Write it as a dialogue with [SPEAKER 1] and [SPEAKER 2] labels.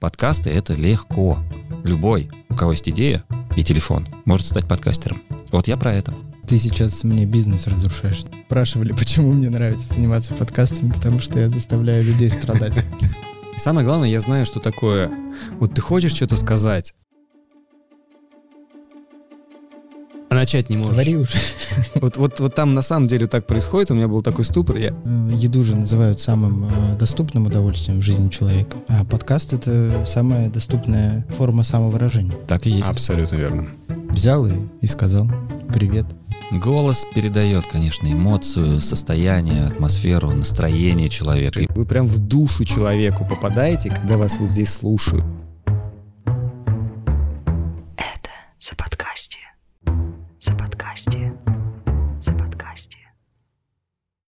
[SPEAKER 1] подкасты — это легко. Любой, у кого есть идея и телефон, может стать подкастером. Вот я про это.
[SPEAKER 2] Ты сейчас мне бизнес разрушаешь. Спрашивали, почему мне нравится заниматься подкастами, потому что я заставляю людей страдать.
[SPEAKER 3] И самое главное, я знаю, что такое. Вот ты хочешь что-то сказать, а начать не можешь.
[SPEAKER 2] Говори уже.
[SPEAKER 3] Вот, вот, вот там на самом деле так происходит. У меня был такой ступор. Я...
[SPEAKER 2] Э, Еду же называют самым э, доступным удовольствием в жизни человека. А подкаст — это самая доступная форма самовыражения.
[SPEAKER 1] Так и есть.
[SPEAKER 4] Абсолютно верно.
[SPEAKER 2] Взял и, и сказал «Привет».
[SPEAKER 1] Голос передает, конечно, эмоцию, состояние, атмосферу, настроение человека. И
[SPEAKER 3] Вы прям в душу человеку попадаете, когда вас вот здесь слушают.